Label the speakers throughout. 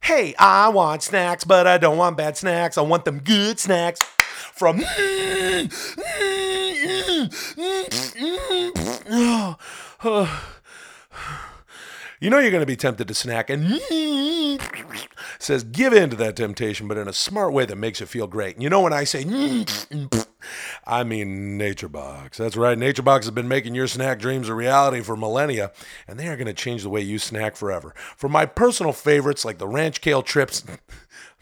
Speaker 1: Hey, I want snacks, but I don't want bad snacks. I want them good snacks from. You know you're going to be tempted to snack and says give in to that temptation, but in a smart way that makes you feel great. And you know when I say, I mean Nature Box. That's right. Nature Box has been making your snack dreams a reality for millennia, and they are going to change the way you snack forever. For my personal favorites like the ranch kale trips,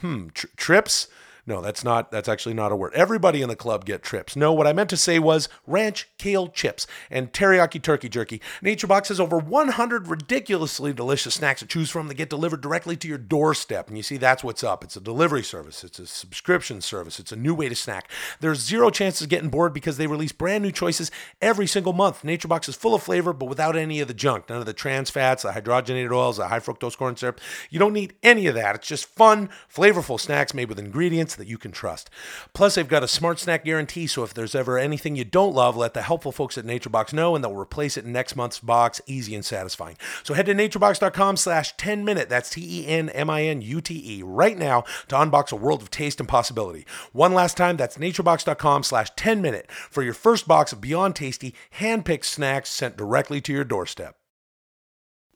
Speaker 1: hmm, tr- trips. No, that's not. That's actually not a word. Everybody in the club get trips. No, what I meant to say was ranch kale chips and teriyaki turkey jerky. Nature Box has over 100 ridiculously delicious snacks to choose from that get delivered directly to your doorstep. And you see, that's what's up. It's a delivery service. It's a subscription service. It's a new way to snack. There's zero chances of getting bored because they release brand new choices every single month. Nature Box is full of flavor, but without any of the junk. None of the trans fats, the hydrogenated oils, the high fructose corn syrup. You don't need any of that. It's just fun, flavorful snacks made with ingredients that you can trust. Plus, they've got a smart snack guarantee, so if there's ever anything you don't love, let the helpful folks at NatureBox know, and they'll replace it in next month's box. Easy and satisfying. So head to naturebox.com slash 10 minute, that's E T-E-N-M-I-N-U-T-E, E right now to unbox a world of taste and possibility. One last time, that's naturebox.com slash 10 minute for your first box of Beyond Tasty hand-picked snacks sent directly to your doorstep.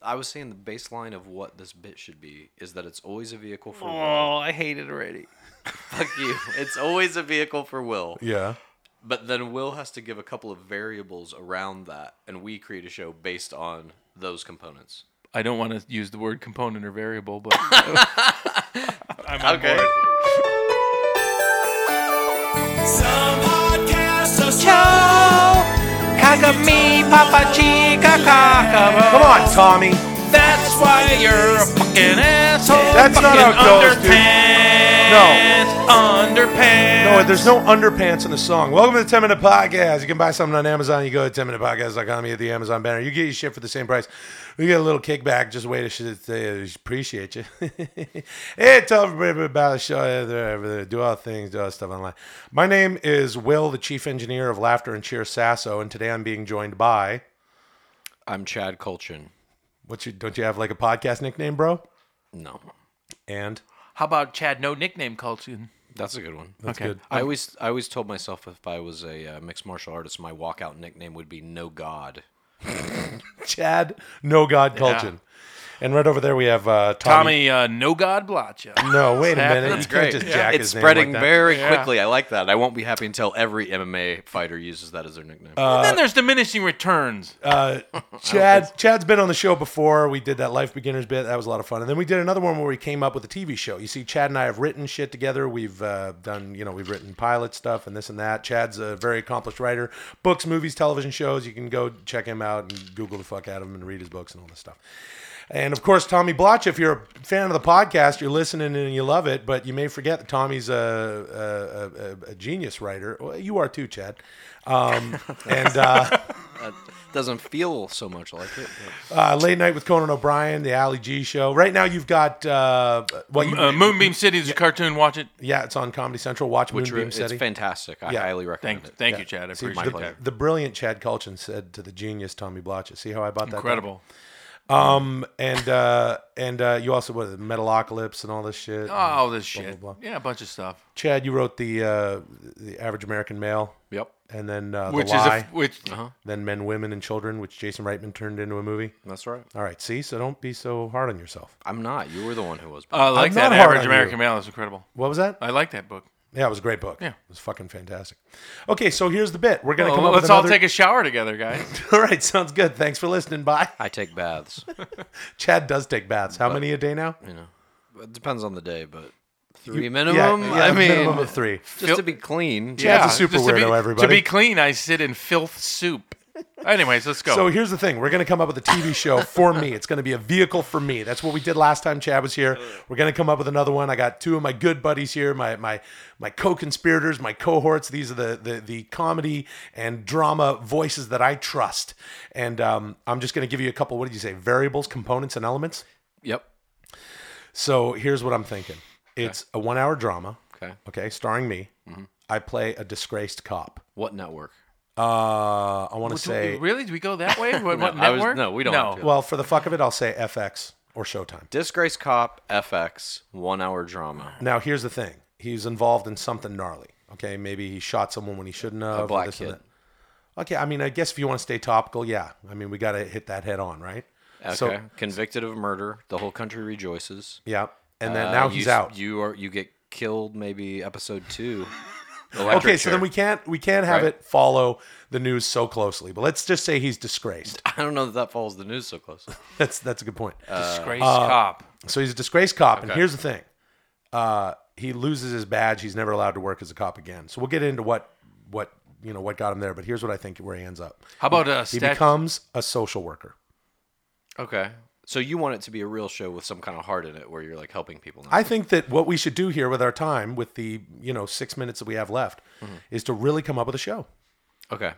Speaker 2: I was saying the baseline of what this bit should be is that it's always a vehicle for will.
Speaker 3: Oh, I hate it already.
Speaker 2: Fuck you. It's always a vehicle for will.
Speaker 1: Yeah.
Speaker 2: But then will has to give a couple of variables around that, and we create a show based on those components.
Speaker 3: I don't want to use the word component or variable, but I'm on
Speaker 2: Okay.
Speaker 3: board.
Speaker 4: Some podcasts are slow. Kakami, Papa Chica,
Speaker 1: Come on, Tommy.
Speaker 4: That's why you're a fucking asshole.
Speaker 1: That's not how it goes, dude.
Speaker 4: underpants. dude. Underpants.
Speaker 1: No, there's no underpants in the song. Welcome to the 10 Minute Podcast. You can buy something on Amazon. You go to 10minutepodcast.com, you get the Amazon banner. You get your shit for the same price. We get a little kickback. Just way to shit. uh, Appreciate you. hey, tell everybody about the show. uh, there, over there. Do all things, do all stuff online. My name is Will, the chief engineer of Laughter and Cheer Sasso, and today I'm being joined by.
Speaker 2: I'm Chad Colchin.
Speaker 1: What's your, don't you have like a podcast nickname, bro?
Speaker 2: No.
Speaker 1: And
Speaker 3: How about Chad? No nickname culture.
Speaker 2: That's a good one.
Speaker 3: okay.
Speaker 1: good.
Speaker 2: I always I always told myself if I was a uh, mixed martial artist, my walkout nickname would be No God.
Speaker 1: Chad, no God, Colton. And right over there we have uh, Tommy.
Speaker 3: Tommy, uh, no God Blotcha.
Speaker 1: No, wait a
Speaker 3: That's
Speaker 1: minute. You can't
Speaker 2: great.
Speaker 1: just
Speaker 3: Yeah.
Speaker 1: jack
Speaker 2: It's
Speaker 1: his name
Speaker 2: spreading
Speaker 1: like that.
Speaker 2: very
Speaker 3: Yeah.
Speaker 2: quickly. I like that. I won't be happy until every MMA fighter uses that as their nickname.
Speaker 3: and then there's diminishing returns.
Speaker 1: Uh, Chad, Chad's been on the show before. We did that Life Beginners bit. That was a lot of fun. And then we did another one where we came up with a TV show. You see, Chad and I have written shit together. We've uh, done, you know, we've written pilot stuff and this and that. Chad's a very accomplished writer. Books, movies, television shows. You can go check him out and Google the fuck out of him and read his books and all this stuff. And of course, Tommy Blotch, if you're a fan of the podcast, you're listening and you love it, but you may forget that Tommy's a, a, a, a genius writer. Well, you are too, Chad. Um, and uh,
Speaker 2: that doesn't feel so much like it. but-
Speaker 1: Uh, late night with Conan O'Brien, the Ali G show. Right now, you've got uh, well, you,
Speaker 3: Uh, Moonbeam City is a cartoon. Watch it.
Speaker 1: yeah, it's on Comedy Central. Watch
Speaker 2: Which
Speaker 1: Moonbeam
Speaker 2: it's
Speaker 1: City.
Speaker 2: fantastic. I
Speaker 1: Yeah.
Speaker 2: highly recommend
Speaker 3: Thank,
Speaker 2: it.
Speaker 3: thank you, Chad. I
Speaker 1: See,
Speaker 3: appreciate
Speaker 1: the,
Speaker 3: that.
Speaker 1: the brilliant Chad Colchin said to the genius Tommy Blotches. See how I bought that?
Speaker 3: Incredible.
Speaker 1: Um, and uh, and uh, you also what Metalocalypse and all this shit.
Speaker 3: Oh, this shit.
Speaker 1: blah, blah.
Speaker 3: Yeah, a bunch of stuff.
Speaker 1: Chad, you wrote the uh, the Average American Male,
Speaker 2: Yep.
Speaker 1: and then uh,
Speaker 3: Which
Speaker 1: the
Speaker 3: is a,
Speaker 1: Lie, Uh-huh.
Speaker 3: f- which
Speaker 1: then Men, Women, and Children, which Jason Reitman turned into a movie.
Speaker 2: That's right.
Speaker 1: All right, see, so don't be so hard on yourself.
Speaker 2: I'm not. You were the one who was.
Speaker 3: I like
Speaker 1: I'm
Speaker 3: that
Speaker 1: not hard
Speaker 3: average
Speaker 1: on you.
Speaker 3: American male is incredible.
Speaker 1: What was that?
Speaker 3: I like that book.
Speaker 1: Yeah, it was a great book.
Speaker 3: Uh, Yeah.
Speaker 1: it was fucking fantastic. Okay, so here's the bit. We're gonna come
Speaker 3: Well,
Speaker 1: up
Speaker 3: let's
Speaker 1: with
Speaker 3: all
Speaker 1: another-
Speaker 3: take a shower together, guys.
Speaker 1: All right, sounds good. Thanks for listening. Bye.
Speaker 2: I take baths.
Speaker 1: Chad does take baths. How many a day now?
Speaker 2: Um, it depends on the day, but three minimum. I
Speaker 1: a
Speaker 2: mean,
Speaker 1: minimum of three.
Speaker 2: just to be clean.
Speaker 1: Chad's a super
Speaker 3: just to be,
Speaker 1: weirdo, everybody.
Speaker 3: To be clean, I sit in filth soup. Anyways, let's go.
Speaker 1: So here's the thing: we're gonna come up with a TV show for me. It's gonna be a vehicle for me. That's what we did last time Chad was here. We're gonna come up with another one. I got two of my good buddies here, my my my co-conspirators, my cohorts. These are the the, the comedy and drama voices that I trust. And um, I'm just gonna give you a couple. What did you say? Variables, components, and elements.
Speaker 2: Yep.
Speaker 1: So here's what I'm thinking. It's a one hour drama.
Speaker 2: Okay. Mm-hmm.
Speaker 1: Okay, starring me. I play a disgraced cop.
Speaker 2: What network?
Speaker 1: Uh, I want to
Speaker 3: Do we-
Speaker 1: say,
Speaker 3: really? Do we go that way? What, what
Speaker 2: I was-
Speaker 3: network?
Speaker 2: no, we don't have to.
Speaker 1: well, for the fuck of it, I'll say FX. or Showtime.
Speaker 2: Disgrace Cop FX one hour drama.
Speaker 1: Now, here's the thing: he's involved in something gnarly. Okay, maybe he shot someone when he shouldn't have. or
Speaker 2: black
Speaker 1: this and
Speaker 2: kid.
Speaker 1: that. Okay, I mean, I guess if you want to stay topical, yeah. I mean, we got to hit that head on, right?
Speaker 2: Okay. Convicted of murder, the whole country rejoices.
Speaker 1: yeah, and then
Speaker 2: Uh,
Speaker 1: now
Speaker 2: you
Speaker 1: he's
Speaker 2: s-
Speaker 1: out.
Speaker 2: You are you get killed maybe episode two.
Speaker 1: okay,
Speaker 2: Electric
Speaker 1: so then
Speaker 2: Chair.
Speaker 1: we can't we can't have
Speaker 2: Right.
Speaker 1: it follow the news so closely. But let's just say he's disgraced.
Speaker 2: I don't know that that follows the news so closely.
Speaker 1: That's that's a good point.
Speaker 3: Disgraced
Speaker 1: Uh,
Speaker 3: cop.
Speaker 1: So he's a disgraced cop, and here's the thing: uh, he loses his badge. He's never allowed to work as a cop again. So we'll get into what what you know what got him there. But here's what I think where he ends up.
Speaker 3: How about uh, a
Speaker 1: He
Speaker 3: stat-
Speaker 1: becomes a social worker.
Speaker 2: Okay. So you want it to be a real show with some kind of heart in it, where you're like helping people. Now.
Speaker 1: I think that what we should do here with our time, with the you know six minutes that we have left, is to really come up with a show.
Speaker 2: okay.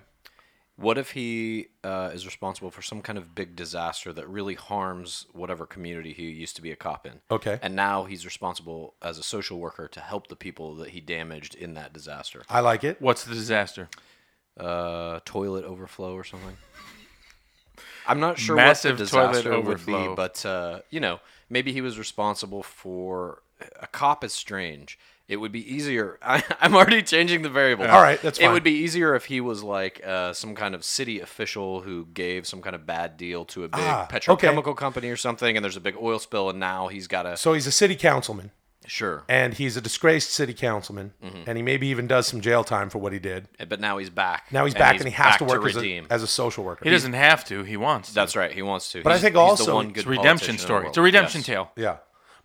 Speaker 2: What if he uh, is responsible for some kind of big disaster that really harms whatever community he used to be a cop in?
Speaker 1: Okay.
Speaker 2: And now he's responsible as a social worker to help the people that he damaged in that disaster.
Speaker 1: I like it.
Speaker 3: What's the disaster?
Speaker 2: Uh, toilet overflow or something. I'm not sure
Speaker 3: Massive
Speaker 2: what the
Speaker 3: toilet
Speaker 2: disaster would
Speaker 3: overflow.
Speaker 2: be, but uh, you know, maybe he was responsible for a cop is strange. It would be easier. I, I'm already changing the variable.
Speaker 1: All right, that's
Speaker 2: It
Speaker 1: fine.
Speaker 2: would be easier if he was like uh, some kind of city official who gave some kind of bad deal to a big
Speaker 1: Ah, okay.
Speaker 2: petrochemical company or something, and there's a big oil spill, and now he's got to
Speaker 1: So he's a city councilman,
Speaker 2: sure.
Speaker 1: and he's a disgraced city councilman, and he maybe even does some jail time for what he did.
Speaker 2: But now he's back.
Speaker 1: Now he's back, and he has to
Speaker 2: back
Speaker 1: work as, a,
Speaker 2: redeem.
Speaker 1: as a social worker.
Speaker 3: He doesn't have to. He wants. To.
Speaker 2: That's right. He wants to.
Speaker 1: But I
Speaker 2: He's-
Speaker 1: think
Speaker 2: he's the
Speaker 1: also
Speaker 2: one good
Speaker 3: It's a redemption
Speaker 2: politician in the
Speaker 3: story. It's a
Speaker 2: world.
Speaker 3: redemption
Speaker 2: Yes.
Speaker 3: tale.
Speaker 1: Yeah,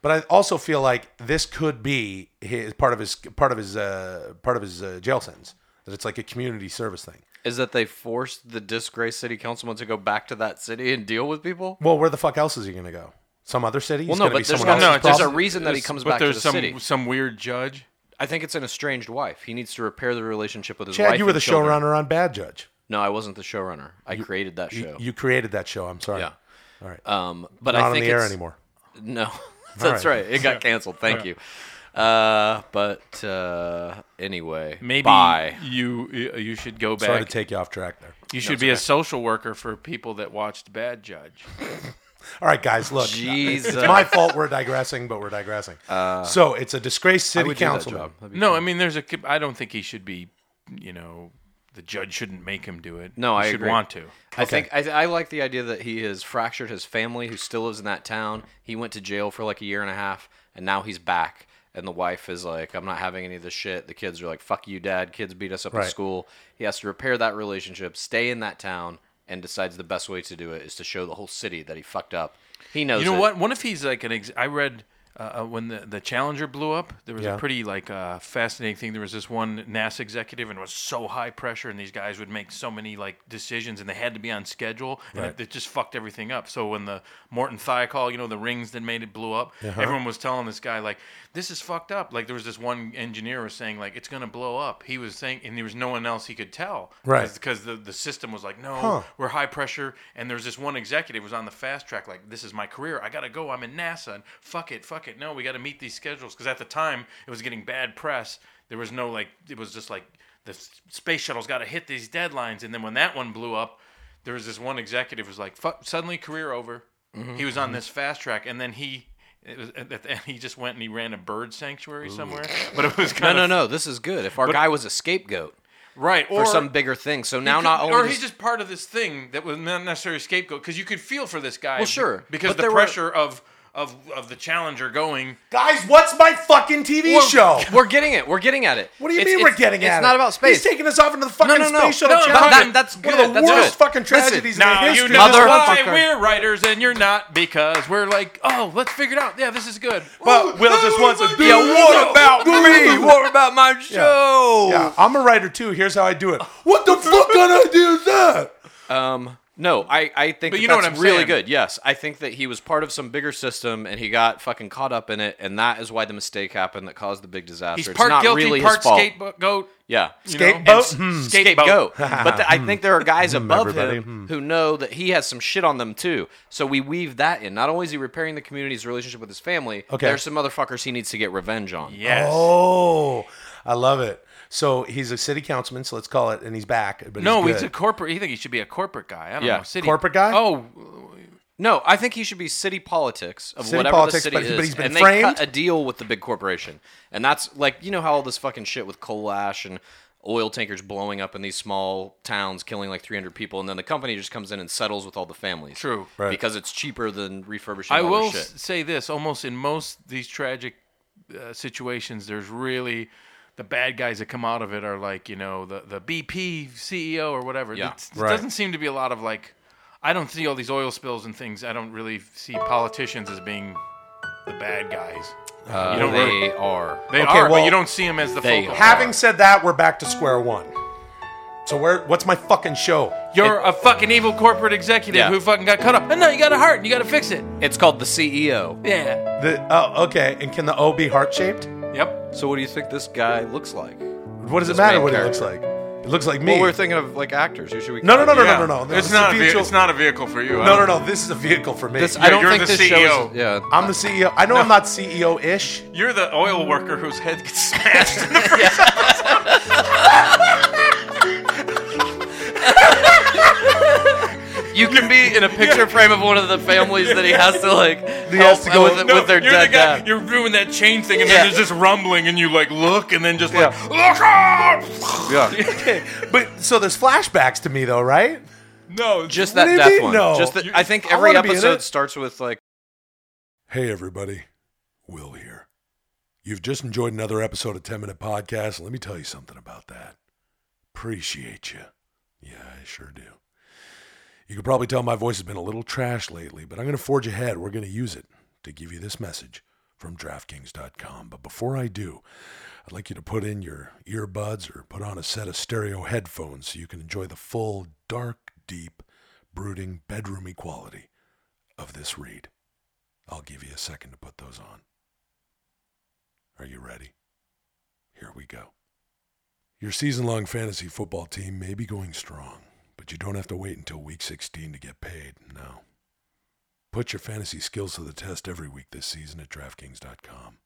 Speaker 1: but I also feel like this could be his part of his part of his uh, part of his uh, jail sentence. That it's like a community service thing.
Speaker 2: Is that they forced the disgraced city councilman to go back to that city and deal with people?
Speaker 1: Well, where the fuck else is he going to go? Some other city?
Speaker 2: Well,
Speaker 1: He's
Speaker 2: no,
Speaker 1: gotta
Speaker 2: but
Speaker 1: be
Speaker 2: there's
Speaker 1: someone
Speaker 2: no-
Speaker 1: else's
Speaker 2: no, it's just a
Speaker 1: problem?
Speaker 2: re- reason that he comes
Speaker 3: but
Speaker 2: back to
Speaker 3: there's
Speaker 2: the
Speaker 3: some
Speaker 2: city.
Speaker 3: some weird judge.
Speaker 2: I think it's an estranged wife. He needs to repair the relationship with his wife.
Speaker 1: Chad, you were
Speaker 2: and
Speaker 1: the
Speaker 2: children.
Speaker 1: showrunner on Bad Judge.
Speaker 2: No, I wasn't the showrunner. I created that
Speaker 1: You-
Speaker 2: show.
Speaker 1: You, created that show. I'm sorry.
Speaker 2: Yeah.
Speaker 1: All right.
Speaker 2: um, but
Speaker 1: Not
Speaker 2: I think
Speaker 1: on the air
Speaker 2: it's-
Speaker 1: anymore.
Speaker 2: No, that's
Speaker 1: right.
Speaker 2: right. It got canceled. Thank you. Uh, but uh, anyway,
Speaker 3: Maybe
Speaker 2: bye.
Speaker 3: you you should go back.
Speaker 1: Sorry to take you off track there.
Speaker 3: you should be a social worker for people that watched Bad Judge.
Speaker 1: All right, guys. Look,
Speaker 2: Jesus,
Speaker 1: it's my fault. We're digressing, but we're digressing. so it's a disgraced
Speaker 2: Uh, I
Speaker 1: city
Speaker 2: would do that
Speaker 1: councilman.
Speaker 2: job. That'd be
Speaker 3: No,
Speaker 2: fun.
Speaker 3: I mean there's a. co- I don't think he should be. You know, the judge shouldn't make him do it.
Speaker 2: No,
Speaker 3: he
Speaker 2: I
Speaker 3: should
Speaker 2: agree.
Speaker 3: want to.
Speaker 2: I think I, I like the idea that he has fractured his family, who still lives in that town. He went to jail for like a year and a half, and now he's back. And the wife is like, "I'm not having any of this shit." The kids are like, "Fuck you, dad." Kids beat us up
Speaker 1: Right.
Speaker 2: at school. He has to repair that relationship, stay in that town, and decides the best way to do it is to show the whole city that he fucked up. He knows.
Speaker 3: You know
Speaker 2: it.
Speaker 3: what? What if he's like an? Ex- I read uh, uh, when the the Challenger blew up. There was
Speaker 1: Yeah.
Speaker 3: a pretty like uh, fascinating thing. There was this one NASA executive, and it was so high pressure, and these guys would make so many like decisions, and they had to be on schedule, and
Speaker 1: Right.
Speaker 3: it, it just fucked everything up. So when the Morton Thiokol, you know, the rings that made it blew up,
Speaker 1: Uh-huh.
Speaker 3: everyone was telling this guy like, "This is fucked up." Like there was this one engineer was saying like, "It's gonna blow up." He was saying, and there was no one else he could tell,
Speaker 1: Right.
Speaker 3: Because the the system was like, "No,
Speaker 1: Huh.
Speaker 3: we're high pressure and there's this one executive was on the fast track like this is my career i gotta go i'm in nasa and fuck it fuck it no we gotta meet these schedules because at the time it was getting bad press there was no like it was just like the s- space shuttle's gotta hit these deadlines and then when that one blew up there was this one executive was like fuck suddenly career over
Speaker 2: Mm-hmm,
Speaker 3: he was on this fast track and then he it was, at the end, he just went and he ran a bird sanctuary somewhere but it was
Speaker 2: No,
Speaker 3: kind
Speaker 2: no,
Speaker 3: of
Speaker 2: no. This is good. If our guy was a scapegoat
Speaker 3: right
Speaker 2: for
Speaker 3: or
Speaker 2: some bigger thing, so now
Speaker 3: could-
Speaker 2: not only
Speaker 3: or
Speaker 2: does-
Speaker 3: he's just part of this thing that was not necessarily a scapegoat because you could feel for this guy.
Speaker 2: Well, sure,
Speaker 3: because
Speaker 2: but
Speaker 3: the
Speaker 2: there were-
Speaker 3: pressure of of of the challenger going.
Speaker 1: Guys, what's my fucking TV show?
Speaker 2: We're getting it. We're getting at it.
Speaker 1: What do you
Speaker 2: It's-
Speaker 1: mean
Speaker 2: it's-
Speaker 1: we're getting at
Speaker 2: It's not
Speaker 1: it?
Speaker 2: about space.
Speaker 1: He's taking us off into the fucking
Speaker 2: no, no.
Speaker 1: space shuttle.
Speaker 2: No,
Speaker 1: Chad.
Speaker 2: but that- that's
Speaker 1: one of
Speaker 2: good.
Speaker 1: the
Speaker 2: That's
Speaker 1: worst
Speaker 2: good.
Speaker 1: fucking
Speaker 2: Listen,
Speaker 1: tragedies in
Speaker 3: Now
Speaker 1: the
Speaker 3: you
Speaker 1: history.
Speaker 3: know
Speaker 2: Mother-
Speaker 3: why
Speaker 1: motherfucker.
Speaker 3: we're writers and you're not because we're like, oh, let's figure it out. Yeah, this is good.
Speaker 1: But Will just wants to do
Speaker 2: Yeah, what about
Speaker 1: me?
Speaker 2: me? What about my show?
Speaker 1: Yeah, I'm a writer too. Here's how I do it. What the fuck kind of idea is that?
Speaker 2: Um, no, I, I think
Speaker 3: But
Speaker 2: that
Speaker 3: you know what
Speaker 2: that's
Speaker 3: I'm
Speaker 2: really
Speaker 3: saying.
Speaker 2: good. Yes, I think that he was part of some bigger system and he got fucking caught up in it, and that is why the mistake happened that caused the big disaster.
Speaker 3: He's
Speaker 2: It's
Speaker 3: part
Speaker 2: not
Speaker 3: guilty,
Speaker 2: really his
Speaker 3: part
Speaker 2: fault.
Speaker 3: scapegoat.
Speaker 2: Yeah,
Speaker 3: know?
Speaker 1: Skateboat.
Speaker 2: S- scapegoat. but th- I think there are guys above
Speaker 1: everybody. Hmm.
Speaker 2: him who know that he has some shit on them too. So we weave that in. Not only is he repairing the community's relationship with his family,
Speaker 1: Okay.
Speaker 2: there's some motherfuckers he needs to get revenge on.
Speaker 3: Yes.
Speaker 1: Oh, I love it. So he's a city councilman, so let's call it, and he's back. But
Speaker 3: no,
Speaker 1: he's,
Speaker 3: he's a
Speaker 1: good.
Speaker 3: corporate. He think he should be a corporate guy. I don't
Speaker 2: Yeah,
Speaker 3: know. City
Speaker 1: corporate guy?
Speaker 3: Oh,
Speaker 2: No, I think he should be city politics of
Speaker 1: City
Speaker 2: whatever
Speaker 1: politics,
Speaker 2: the city
Speaker 1: but-
Speaker 2: is,
Speaker 1: but he's been
Speaker 2: and they
Speaker 1: framed?
Speaker 2: cut a deal with the big corporation, and that's like you know how all this fucking shit with coal ash and oil tankers blowing up in these small towns, killing like 300 people, and then the company just comes in and settles with all the families.
Speaker 3: True.
Speaker 1: Right.
Speaker 2: because it's cheaper than refurbishing.
Speaker 3: I
Speaker 2: all
Speaker 3: will
Speaker 2: this shit.
Speaker 3: s- say this: almost in most these tragic uh, situations, there's really the bad guys that come out of it are like you know the the BP CEO E or whatever.
Speaker 2: Yeah.
Speaker 3: It's- It
Speaker 1: Right.
Speaker 3: doesn't seem to be a lot of like. I don't see all these oil spills and things. I don't really see politicians as being the bad guys.
Speaker 2: Uh,
Speaker 3: you don't
Speaker 2: they
Speaker 3: really-
Speaker 2: are.
Speaker 3: They
Speaker 1: Okay,
Speaker 3: are,
Speaker 1: well,
Speaker 3: but you don't see them as the
Speaker 2: they
Speaker 3: focal.
Speaker 2: have-
Speaker 1: Having said that, we're back to square one. So where? What's my fucking show?
Speaker 3: You're a fucking evil corporate executive
Speaker 2: Yeah.
Speaker 3: who fucking got cut up. And no, you got a heart. and You got to fix it.
Speaker 2: It's called the E CEO.
Speaker 3: Yeah.
Speaker 1: The oh, okay. And can the O be heart shaped?
Speaker 3: Yep.
Speaker 2: So what do you think this guy looks like? Well,
Speaker 1: What does it
Speaker 2: This
Speaker 1: matter
Speaker 2: main
Speaker 1: what
Speaker 2: character.
Speaker 1: it looks like? It looks like me.
Speaker 2: we're thinking of like actors. Who should we?
Speaker 1: No, no,
Speaker 2: call?
Speaker 1: no, no,
Speaker 2: Yeah.
Speaker 1: no, no, no.
Speaker 3: It's
Speaker 1: It's a
Speaker 3: not. A ve-
Speaker 1: vehicle-
Speaker 3: it's not a vehicle for you.
Speaker 1: no, no, no. This is a vehicle for me.
Speaker 2: This, I don't
Speaker 3: you're
Speaker 2: think
Speaker 3: the E
Speaker 2: this show
Speaker 3: CEO.
Speaker 2: is. Yeah.
Speaker 1: I'm the CEO. I know I'm not E CEO ish.
Speaker 3: You're the oil worker whose head gets smashed in the first
Speaker 2: You can be in a picture frame of one of the families that he has to like help
Speaker 1: has to go-
Speaker 2: with, with their
Speaker 3: you're
Speaker 2: dead
Speaker 3: the guy,
Speaker 2: dad.
Speaker 3: You're doing that chain thing, and
Speaker 2: Yeah.
Speaker 3: then there's this rumbling, and you like look, and then just like
Speaker 1: Yeah.
Speaker 3: look out.
Speaker 1: Okay, but so there's flashbacks to me though, right?
Speaker 3: No,
Speaker 2: Just
Speaker 1: What
Speaker 2: that
Speaker 1: do you
Speaker 2: death
Speaker 1: mean,
Speaker 2: one.
Speaker 1: no?
Speaker 2: Just that,
Speaker 1: You-
Speaker 2: I think
Speaker 1: I
Speaker 2: every
Speaker 1: wanna be in it.
Speaker 2: episode starts with like
Speaker 1: Hey everybody, Will here. You've just enjoyed another episode of 10 Minute Podcast. Let me tell you something about that. Appreciate you. Yeah, I sure do. You can probably tell my voice has been a little trash lately, but I'm going to forge ahead. We're going to use it to give you this message from DraftKings.com. But before I do, I'd like you to put in your earbuds or put on a set of stereo headphones so you can enjoy the full, dark, deep, brooding, bedroomy quality of this read. I'll give you a second to put those on. Are you ready? Here we go. Your season long fantasy football team may be going strong, but you don't have to wait until week 16 to get paid. No. Put your fantasy skills to the test every week this season at DraftKings.com.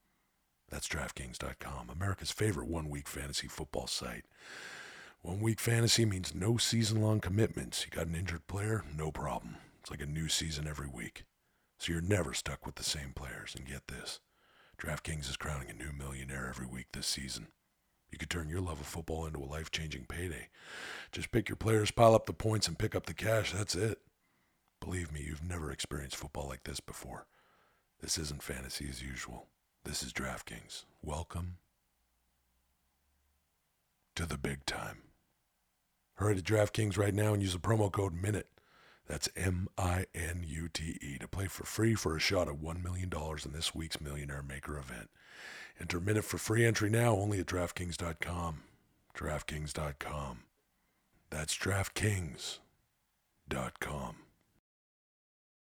Speaker 1: That's DraftKings.com, America's favorite one week fantasy football site. One week fantasy means no season long commitments. You got an injured player? No problem. It's like a new season every week so you're never stuck with the same players. And get this DraftKings is crowning a new millionaire every week this season. You could turn your love of football into a life changing payday. Just pick your players, pile up the points, and pick up the cash. That's it. Believe me, you've never experienced football like this before. This isn't fantasy as usual. This is DraftKings. Welcome to the big time. Hurry to DraftKings right now and use the promo code MINUTE. That's M I N U T E to play for free for a shot at $1 million in this week's Millionaire Maker event. Enter Minute for free entry now only at DraftKings.com. DraftKings.com. That's DraftKings.com.